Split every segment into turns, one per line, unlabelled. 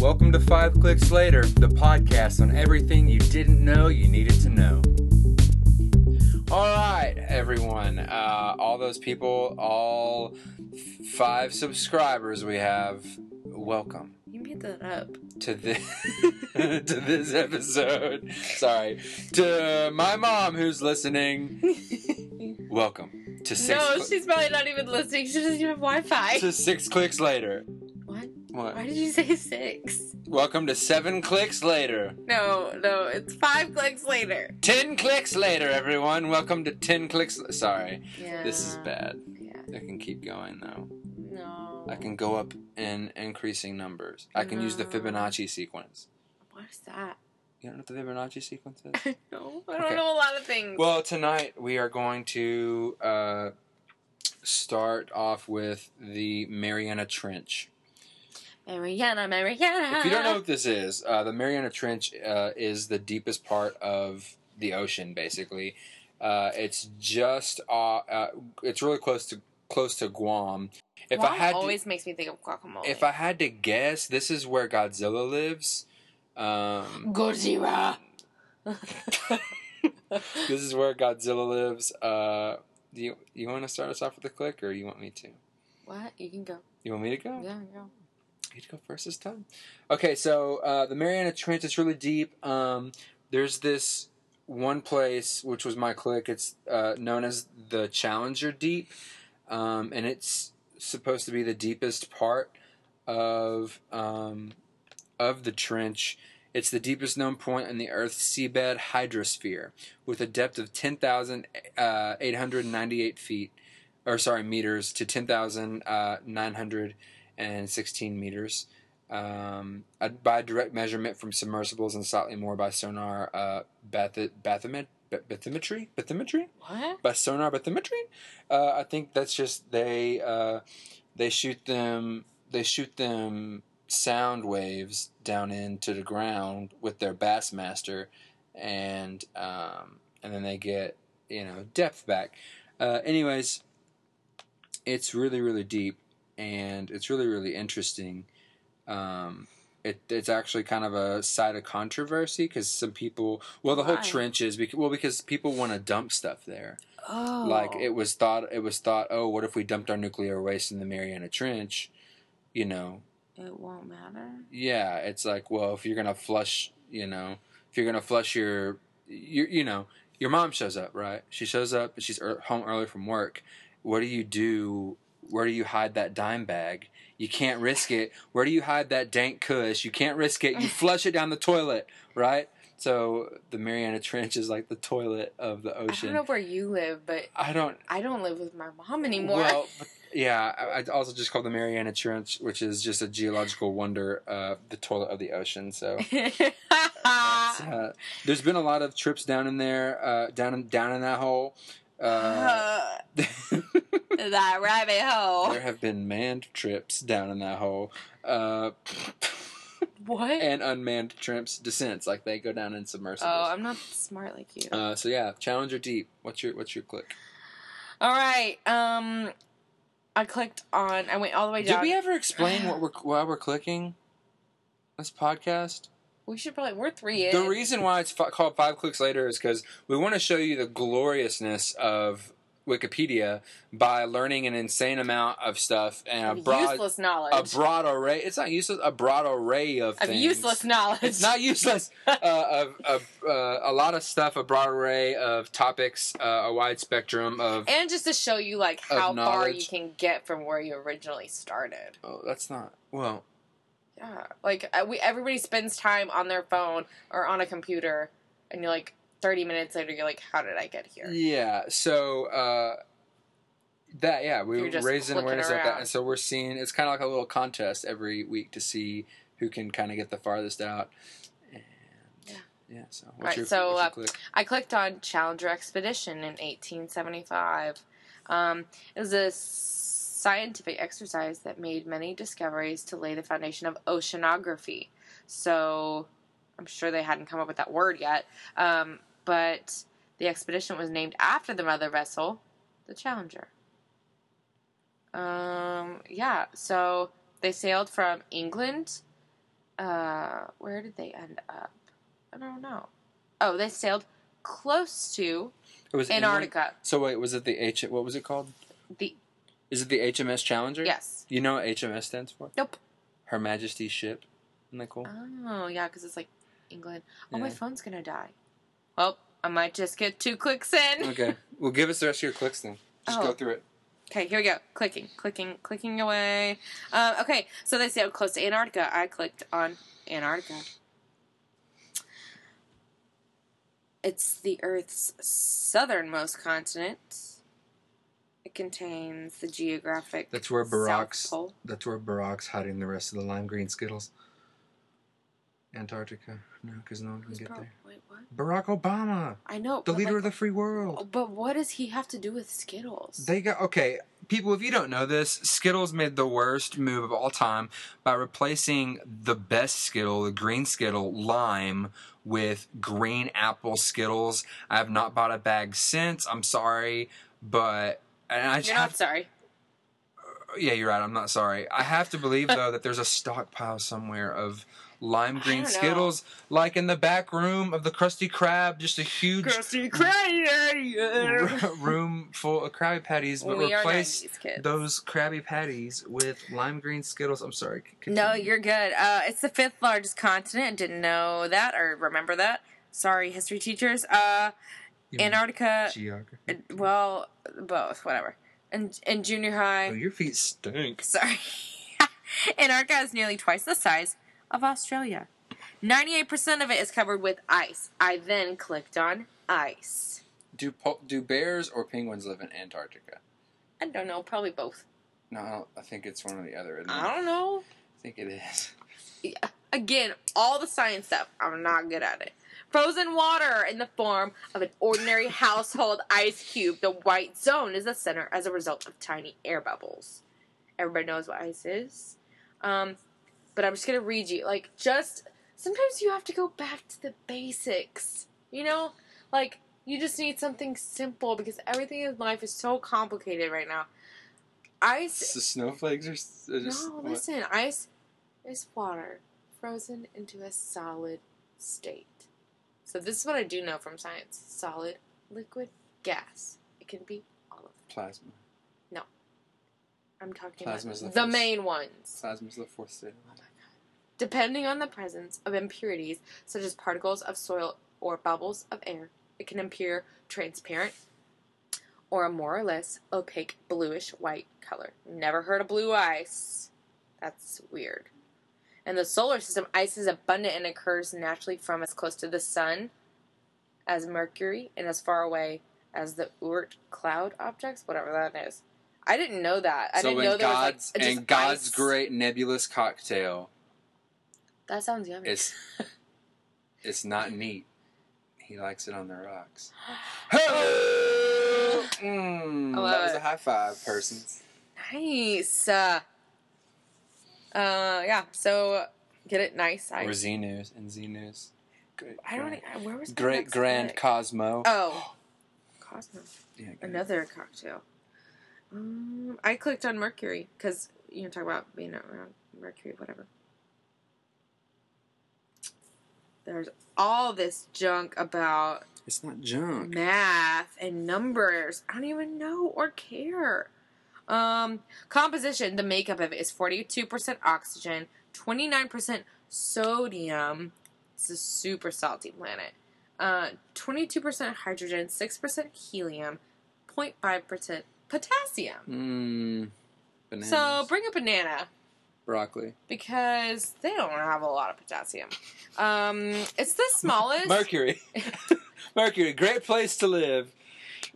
Welcome to Five Clicks Later, the podcast on everything you didn't know you needed to know. All right, everyone. Uh, all those people, all f- five subscribers we have, welcome
You made that up.
to this to this episode. Sorry, to my mom who's listening. Welcome to six.
no,
Cl-
she's probably not even listening. She doesn't even have Wi-Fi.
to six clicks later.
what? Why
What?
did you say six?
Welcome to seven clicks later.
No, no, it's five clicks later.
Ten clicks later, everyone. Welcome to ten clicks. Sorry,
Yeah.
this is bad.
Yeah.
I can keep going though.
No.
I can go up in increasing numbers. I can use the
No.
Fibonacci sequence.
What is that?
You don't know what the Fibonacci sequence is?
no, I don't
Okay.
know a lot of things.
Well, tonight we are going to uh, start off with the Mariana Trench.
Mariana, Mariana.
If you don't know what this is, uh, the Mariana Trench uh, is the deepest part of the ocean, basically. Uh, it's just uh, uh, it's really close to close to Guam. If I
Guam
had
always makes me think of guacamole.
to, if I had to guess, this is where Godzilla lives. Um,
Gojira.
this is where Godzilla lives. Uh, do you you want to start us off with a click, or you want me to?
what? You can go.
You want me to go?
Yeah, go.
You to go first this time. Okay, so uh, the Mariana Trench is really deep. Um, there's this one place which was my click. It's uh, known as the Challenger Deep, um, and it's supposed to be the deepest part of um, of the trench. It's the deepest known point in the Earth's seabed hydrosphere, with a depth of ten thousand uh, eight hundred ninety-eight feet, or sorry, meters to ten thousand uh, nine hundred and 16 meters. Um, uh, by direct measurement from submersibles and slightly more by sonar uh, bathy- bathymet- ba- bathymetry? Bathymetry?
What?
By sonar bathymetry? Uh, I think that's just they uh, they shoot them they shoot them sound waves down into the ground with their Bassmaster, and um, and then they get you know depth back. Uh, anyways, it's really really deep and it's really really interesting. Um, it, it's actually kind of a side of controversy because some people, well, the whole
Why?
trench is because, well because people want to dump stuff there.
Oh.
Like it was thought, it was thought, oh, what if we dumped our nuclear waste in the Mariana Trench? You know,
It won't matter.
yeah, it's like, well, if you're gonna flush, you know, if you're gonna flush your, you, you know, your mom shows up, right? She shows up, and she's ear home early from work. What do you do? Where do you hide that dime bag? You can't risk it. Where do you hide that dank cush? You can't risk it. You flush it down the toilet, right? So the Mariana Trench is like the toilet of the
I
ocean.
don't know where you live, but
I don't
I don't live with my mom anymore.
Well, but- yeah, I, I also just called the Mariana Trench, which is just a geological wonder, uh, the toilet of the ocean. So it's, uh, there's been a lot of trips down in there, uh, down in, down in that hole. Uh,
Uh, that rabbit hole.
there have been manned trips down in that hole, uh,
What?
and unmanned trips descents, like they go down in submersibles.
oh, I'm not smart like you.
uh, so yeah, Challenger Deep. What's your what's your click?
all right. Um, I clicked on. I went all the way
Did
down.
we ever explain what we're why we're clicking? This podcast.
We should probably. We're three in.
The reason why it's f- called Five Clicks Later is because we want to show you the gloriousness of Wikipedia by learning an insane amount of stuff and a broad,
useless
a
knowledge.
broad array. It's not useless. A broad array of
of
things.
useless knowledge.
It's not useless. uh, of, of, uh, a lot of stuff. A broad array of topics. Uh, a wide spectrum of.
And just to show you like
Of
how far you
knowledge.
can get from where you originally started.
Oh, that's not well.
Yeah, like uh, we everybody spends time on their phone or on a computer, and you're like thirty minutes later, you're like, how did I get here?
Yeah. So uh, that yeah, we
You're
were
just
raising
clicking
awareness of that,
around.
and so we're seeing it's kind of like a little contest every week to see who can kind of get the farthest out. And,
Yeah.
Yeah. So what's
Alright,
your,
so,
what's your
uh,
click?
I clicked on Challenger Expedition in 1875. Um, it was a scientific exercise that made many discoveries to lay the foundation of oceanography. So I'm sure they hadn't come up with that word yet. Um, but the expedition was named after the mother vessel, the Challenger. Um, yeah, so they sailed from England uh, where did they end up? I don't know. Oh, they sailed close to
It was inland-
Antarctica.
So wait, was it the H? What was it called?
The
Is it the HMS Challenger?
yes.
You know what HMS stands for?
Nope.
Her Majesty's ship. Isn't that cool?
Oh yeah, because it's like England. Oh, my
Yeah.
phone's gonna die. Well, I might just get two clicks in.
okay. Well, give us the rest of your clicks then. Just go
Oh.
through it.
Okay, here we go. Clicking, clicking, clicking away. Um, okay, so they sailed close to Antarctica. I clicked on Antarctica. It's the Earth's southernmost continent. It contains the geographic.
That's where Barack's.
South Pole.
That's where Barack's hiding the rest of the lime green Skittles. Antarctica. No, because no one can
Who's
get
Barack?
there.
Wait, what?
Barack Obama,
I know.
the
but,
leader
like,
of the free world.
Oh, But what does he have to do with Skittles?
They got okay, people. If you don't know this, Skittles made the worst move of all time by replacing the best Skittle, the green Skittle, lime, with green apple Skittles. I have not bought a bag since. I'm sorry, but and I just
You're
have
not sorry.
yeah, you're right. I'm not sorry. I have to believe though that there's a stockpile somewhere of lime green
don't know.
Skittles, like in the back room of the Krusty Krab, just a huge
Krusty Krab.
r- room full of Krabby Patties, but
We are
replace
90s kids.
those Krabby Patties with lime green Skittles. I'm sorry. c- continue.
No, you're good. Uh, it's the fifth largest continent. Didn't know that or remember that. Sorry, history teachers. Uh,
You mean
Antarctica. uh,
geography.
Well, both, whatever. And in junior
Oh,
high.
your feet stink.
Sorry. Antarctica is nearly twice the size of Australia. Ninety-eight percent of it is covered with ice. I then clicked on ice.
Do po- do bears or penguins live in Antarctica?
I don't know. Probably both.
No, I don't- I think it's one or the other. isn't it?
I don't know.
I think it is.
Again, all the science stuff, I'm not good at it. Frozen water in the form of an ordinary household ice cube. The white zone is the center as a result of tiny air bubbles. Everybody knows what ice is. Um, but I'm just going to read you. Like, just sometimes you have to go back to the basics. You know? Like, you just need something simple because everything in life is so complicated right now. Ice
So snowflakes are, s- are just.
no,
what?
listen. Ice is water frozen into a solid state. So this is what I do know from science: solid, liquid, gas. It can be all of them.
Plasma.
I'm talking
Plasma's the
about the
first.
main ones.
Plasma's the fourth state. of life.
Depending on the presence of impurities, such as particles of soil or bubbles of air, it can appear transparent or a more or less opaque bluish white color. Never heard of blue ice. That's weird. In the solar system, ice is abundant and occurs naturally from as close to the sun as Mercury and as far away as the Oort cloud objects, whatever that is. I didn't know that. I
so
didn't
in
know there
God's
was like just
in God's
ice.
great nebulous cocktail,
That sounds yummy.
it's it's not neat. He likes it on the rocks. Hey! Mm,
I love
that was
it.
a high five, persons.
Nice. Uh, uh, yeah. So get it nice. I,
Or Z News and Z News. Great,
I don't.
Grand-
I- Where was my
Great
next
Grand
pick?
Cosmo.
oh, Cosmo.
Yeah, great.
Another cocktail. Um, I clicked on Mercury because you know talk about being around Mercury, whatever. There's all this junk about
It's not junk.
math and numbers. I don't even know or care. Um, composition, the makeup of it is 42% oxygen, 29% sodium. It's a super salty planet. Uh, 22% hydrogen, 6% helium, 0.5% potassium.
Mm, bananas.
So bring a banana
broccoli.
because they don't have a lot of potassium. Um, it's the smallest.
Mercury. Mercury, great place to live.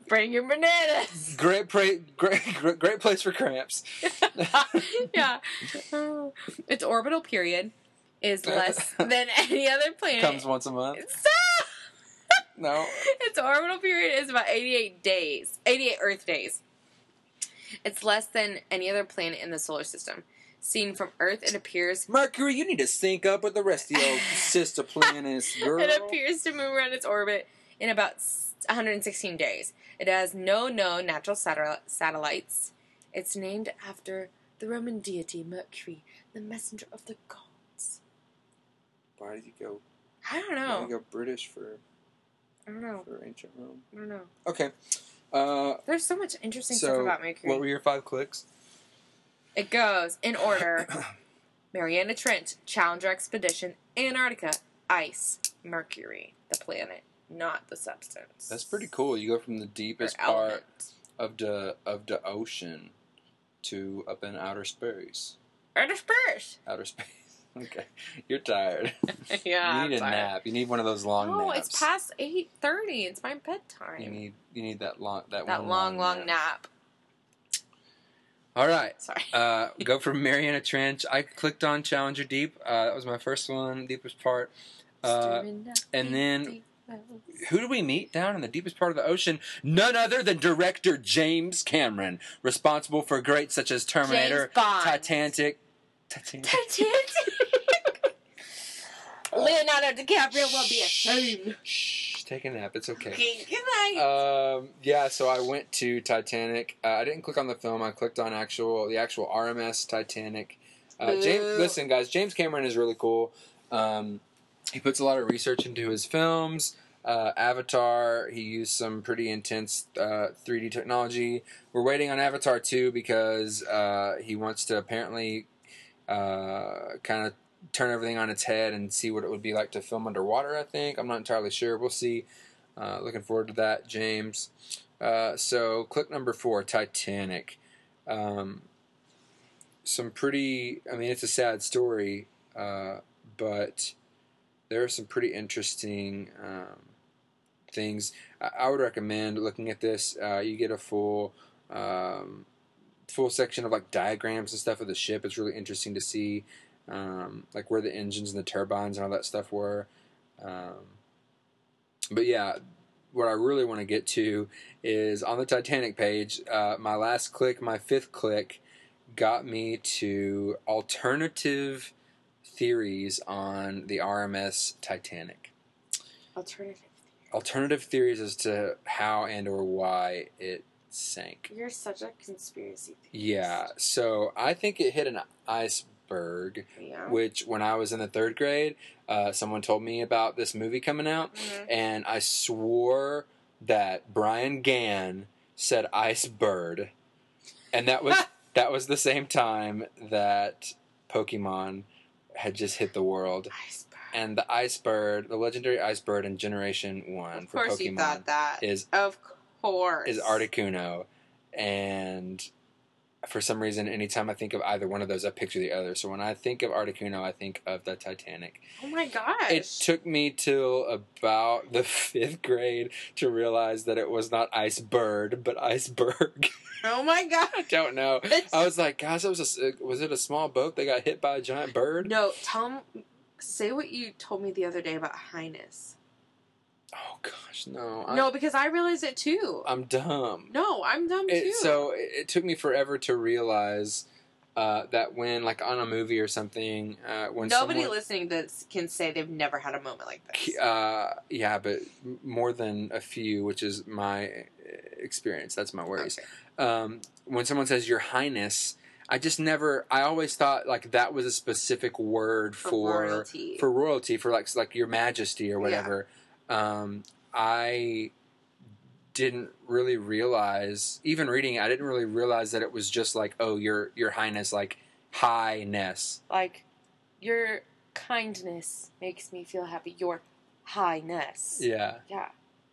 bring your bananas.
Great, pra- great, great, great place for cramps.
yeah. Oh. Its orbital period is less than any other planet.
Uh, Comes once a month.
So-
No.
its orbital period is about 88 days, 88 Earth days. It's less than any other planet in the solar system. Seen from Earth, it appears
Mercury, you need to sync up with the rest of your sister planets, girl.
it appears to move around its orbit in about s- 116 days. It has no known natural satel- satellites. It's named after the Roman deity Mercury, the messenger of the gods.
Why did you go?
I don't
Why did
know.
you go British for
I don't know.
for ancient Rome?
I don't know.
Okay. Uh,
There's so much interesting
So,
stuff about Mercury.
what were your five clicks?
It goes in order Mariana Trench, Challenger Expedition, Antarctica, Ice, Mercury, the planet, not the substance.
That's pretty cool. You go from the
Or
deepest part
element.
of the of the ocean to up in outer space.
Outer space.
Outer space. Okay, you're tired.
yeah.
you need
I'm
a
sorry.
nap. You need one of those long
No,
naps.
Oh, it's past eight thirty. It's my
You
bedtime.
need you need that long that,
That
one
long, long nap.
All right.
Sorry.
Uh, go from Mariana Trench. I clicked on Challenger Deep. Uh, that was my first one, deepest part. Uh, and then- who do we meet down in the deepest part of the ocean? None other than director James Cameron, responsible for greats such as Terminator,
James Bond.
Titanic, Titanic.
Titanic. Leonardo DiCaprio will be ashamed.
Shh, take a nap. It's okay.
Good night.
um, yeah, so I went to Titanic. Uh, I didn't click on the film. I clicked on actual the actual RMS Titanic. Uh, James,
Boo.
listen, guys, James Cameron is really cool. Um, he puts a lot of research into his films. Uh, Avatar, he used some pretty intense uh, 3D technology. We're waiting on Avatar 2 because uh, he wants to apparently uh, kind of turn everything on its head and see what it would be like to film underwater, I think. I'm not entirely sure. We'll see. Uh, looking forward to that, James. Uh, so, click number four Titanic. Um, some pretty, I mean, it's a sad story, uh, but there are some pretty interesting um, things. I, I would recommend looking at this. Uh, you get a full. Um, full section of like diagrams and stuff of the ship it's really interesting to see um, like where the engines and the turbines and all that stuff were um, but yeah, what I really want to get to is on the Titanic page. Uh, my last click, my fifth click, got me to alternative theories on the RMS Titanic.
Alternative.
Alternative theories as to how and or why it sank.
You're such a conspiracy theorist.
Yeah, so I think it hit an iceberg,
Yeah.
which when I was in the third grade, uh, someone told me about this movie coming out,
Mhm.
and I swore that Brian Gann said Ice Bird, and that was that was the same time that Pokemon had just hit the world,
Iceberg.
and the Ice Bird, the legendary Ice Bird in Generation One
Of
for
course
Pokemon,
you thought that.
is
Of course.
is Articuno, and for some reason, anytime I think of either one of those, I picture the other. So when I think of Articuno, I think of the Titanic.
Oh my gosh.
It took me till about the fifth grade to realize that it was not iceberg, but iceberg.
oh my
I
gosh.
don't know.
It's-
I was like, gosh, that was a s- uh, was it a small boat that got hit by a giant bird?
no, tell 'em- Say what you told me the other day about highness.
Oh gosh, no. I'm,
no, because I realized it too.
I'm dumb.
no, I'm dumb too.
Uh, it, so it, it took me forever to realize uh, that when like on a movie or something, uh, when
Nobody
someone,
listening to this can say they've never had a moment like this.
uh, yeah, but m- more than a few, which is my uh, experience. That's my worries.
Okay.
um, when someone says your highness i just never i always thought like that was a specific word
For
for for royalty
royalty.
for, like like your majesty or
Yeah.
whatever um, i didn't really realize even reading it, i didn't really realize that it was just like oh your your highness like highness
Like, your kindness makes me feel happy. Your highness.
yeah
yeah.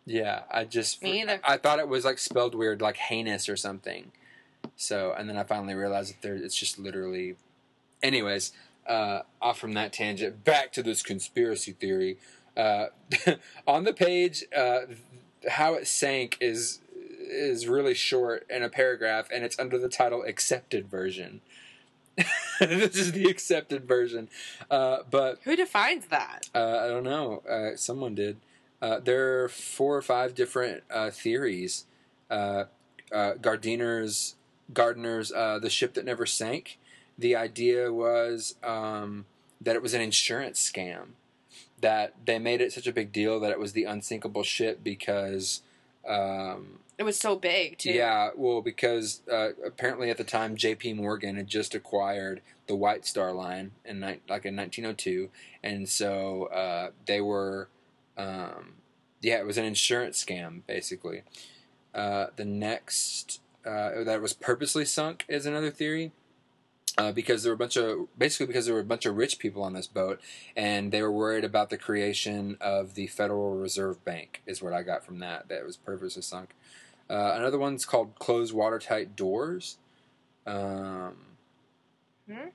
yeah i just
Me either.
i thought it was like spelled weird like heinous or something so and then i finally realized that there it's just literally anyways, uh, off from that tangent, back to this conspiracy theory. Uh, on the page, uh, th- how it sank is is really short in a paragraph, and it's under the title "Accepted Version." this is the accepted version, uh, but
Who defines that?
uh, I don't know. Uh, someone did. Uh, there are four or five different uh, theories. Uh, uh, Gardner's Gardner's uh, the ship that never sank. The idea was um, that it was an insurance scam. That they made it such a big deal that it was the unsinkable ship because Um,
It was so big too.
yeah, well, because uh, apparently at the time J.P. Morgan had just acquired the White Star Line in ni- like in 1902, and so uh, they were, um, yeah, it was an insurance scam basically. Uh, the next uh, that it was purposely sunk is another theory. Uh, because there were a bunch of basically because there were a bunch of rich people on this boat, and they were worried about the creation of the Federal Reserve Bank is what I got from that. That it was purposely sunk. Uh, another one's called Close Watertight Doors. Um,
Hmm?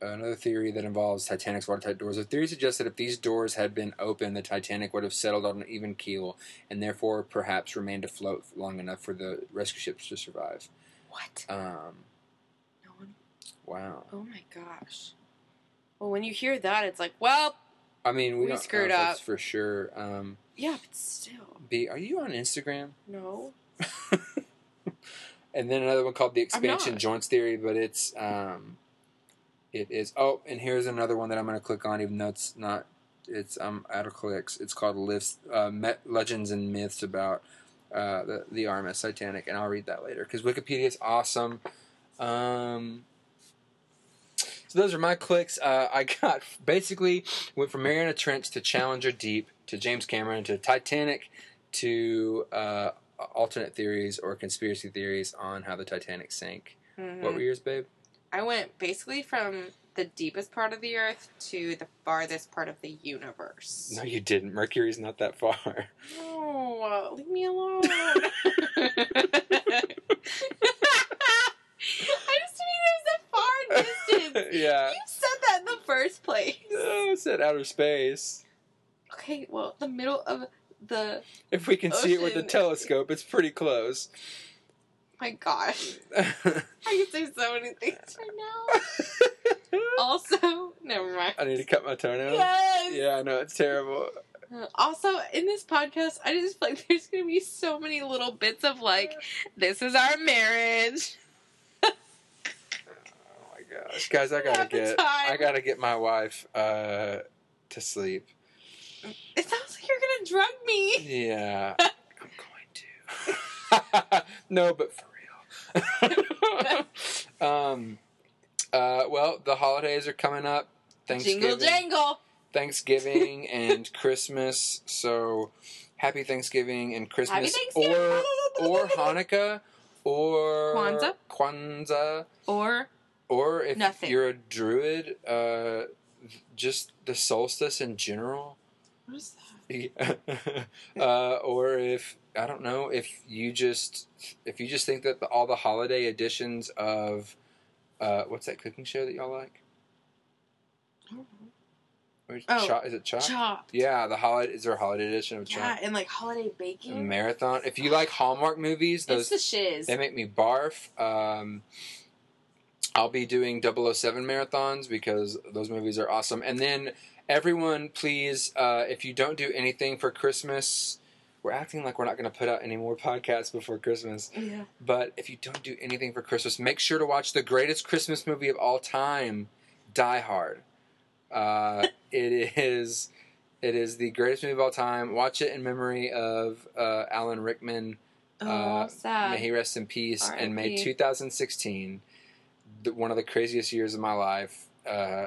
Another theory that involves Titanic's watertight doors. The theory suggests that if these doors had been open, the Titanic would have settled on an even keel and therefore perhaps remained afloat long enough for the rescue ships to survive.
What?
Um,
No one.
wow.
Oh my gosh. Well, when you hear that, it's like, well,
I mean, we,
We
don't know
screwed
if that's
up.
for sure. Um,
yeah, but still,
B, are you on Instagram?
no.
and then another one called the
I'm not.
expansion joints theory, but it's um, it is. Oh, and here's another one that I'm going to click on, even though it's not. It's um out of clicks. It's called Lifts, uh, Met, Legends and Myths about uh, the the RMS Titanic, and I'll read that later because Wikipedia is awesome. Um, so those are my clicks. Uh, I got basically went from Mariana Trench to Challenger Deep to James Cameron to Titanic to uh, alternate theories or conspiracy theories on how the Titanic sank.
Mhm.
What were yours, babe?
I went basically from the deepest part of the earth to the farthest part of the universe.
No, you didn't. Mercury's not that far.
No, leave me alone. I just mean it was a far distance.
yeah.
You said that in the first place.
Oh, I said outer space.
Okay, well, the middle of the
If we can see it with the
Ocean.
telescope, it's pretty close.
my gosh,
I
I could say so many things right now. Also, never mind.
need to cut my toenail.
Yes.
Yeah, I know it's terrible.
Also, in this podcast, I just feel like there's gonna be so many little bits of like, this is our marriage.
Oh my gosh, guys, I gotta
Half the
get,
time.
I gotta get my wife uh, to sleep.
It sounds like you're gonna drug me.
Yeah, I'm going to. no, but for real. um, uh, well, the holidays are coming up. Thanksgiving,
Jingle jangle.
Thanksgiving, and Christmas. So, happy Thanksgiving and
Happy
Christmas,
Thanksgiving.
or or Hanukkah, or
Kwanzaa.
Kwanzaa,
Or
or if
Nothing.
you're a druid, uh, just the solstice in general.
what is that?
uh, or if I don't know if you just if you just think that the, all the holiday editions of uh, what's that cooking show that y'all like? Or is,
Oh,
Chop- is it Chop?
Chop.
Yeah, the holiday is there a holiday edition of
Yeah,
Chop
and like holiday baking.
Marathon. If you like Hallmark movies,
it's
those
the shiz.
they make me barf. Um, I'll be doing 007 marathons because those movies are awesome. And then everyone, please, uh, if you don't do anything for Christmas, we're acting like we're not going to put out any more podcasts before Christmas.
yeah.
But if you don't do anything for Christmas, make sure to watch the greatest Christmas movie of all time, Die Hard. Uh, it is. It is the greatest movie of all time. Watch it in memory of uh, Alan Rickman
Oh,
Uh,
sad.
may he rest in peace. And may
R.I.P..
2016, the, one of the craziest years of my life, uh,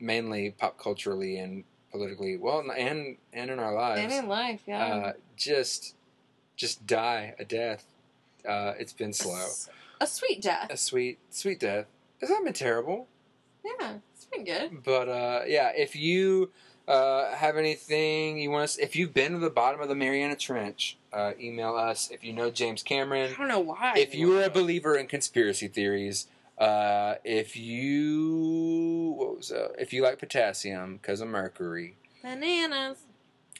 mainly pop culturally and politically, well, and and in our
and
lives,
in life, yeah.
uh, just just die a death. Uh, it's been
A
slow,
s- A sweet death.
a sweet sweet death. It's not been terrible.
Yeah, it's been good.
But uh, yeah, if you uh, have anything you want us, if you've been to the bottom of the Mariana Trench, uh, email us. If you know James
I
Cameron,
don't know why.
if you were a believer in conspiracy theories, uh, if you what was uh, if you like potassium because of mercury,
bananas.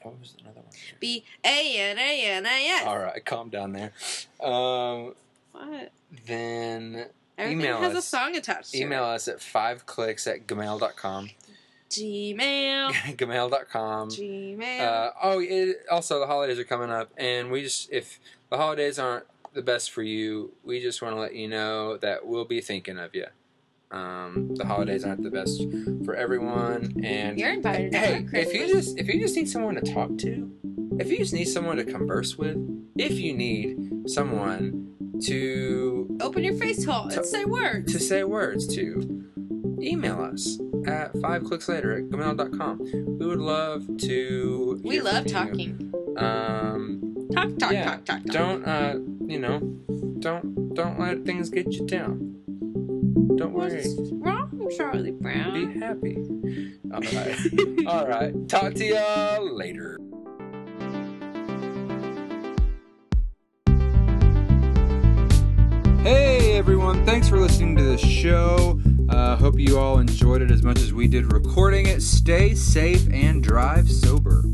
what was another one?
B A N A N A S.
All right, calm down there. Um,
What?
then
Everything
Email
has a
us.
song attached to
email us at five clicks at gmail.com.
it. Gmail.
gmail.com.
Gmail.
Um, Uh, oh, it, also the holidays are coming up, and we just if the holidays aren't the best for you, we just want to let you know that we'll be thinking of you. Um, the holidays aren't the best for everyone, and
You're invited to
hey,
our
if
Christmas.
you just if you just need someone to talk to, if you just need someone to converse with, if you need someone to
Open your face hole and say words.
to say words to, email us at five clicks later at gmail.com. We would love to.
We
hear from
love
you.
talking.
Um,
Talk, talk,
Yeah.
talk, talk, talk.
don't uh, you know, don't don't let things get you down. Don't worry.
What's wrong, Charlie
Be
Brown?
happy. All right. All right. Talk to y'all later. Hey everyone, thanks for listening to the show. Uh, hope you all enjoyed it as much as we did recording it. Stay safe and drive sober.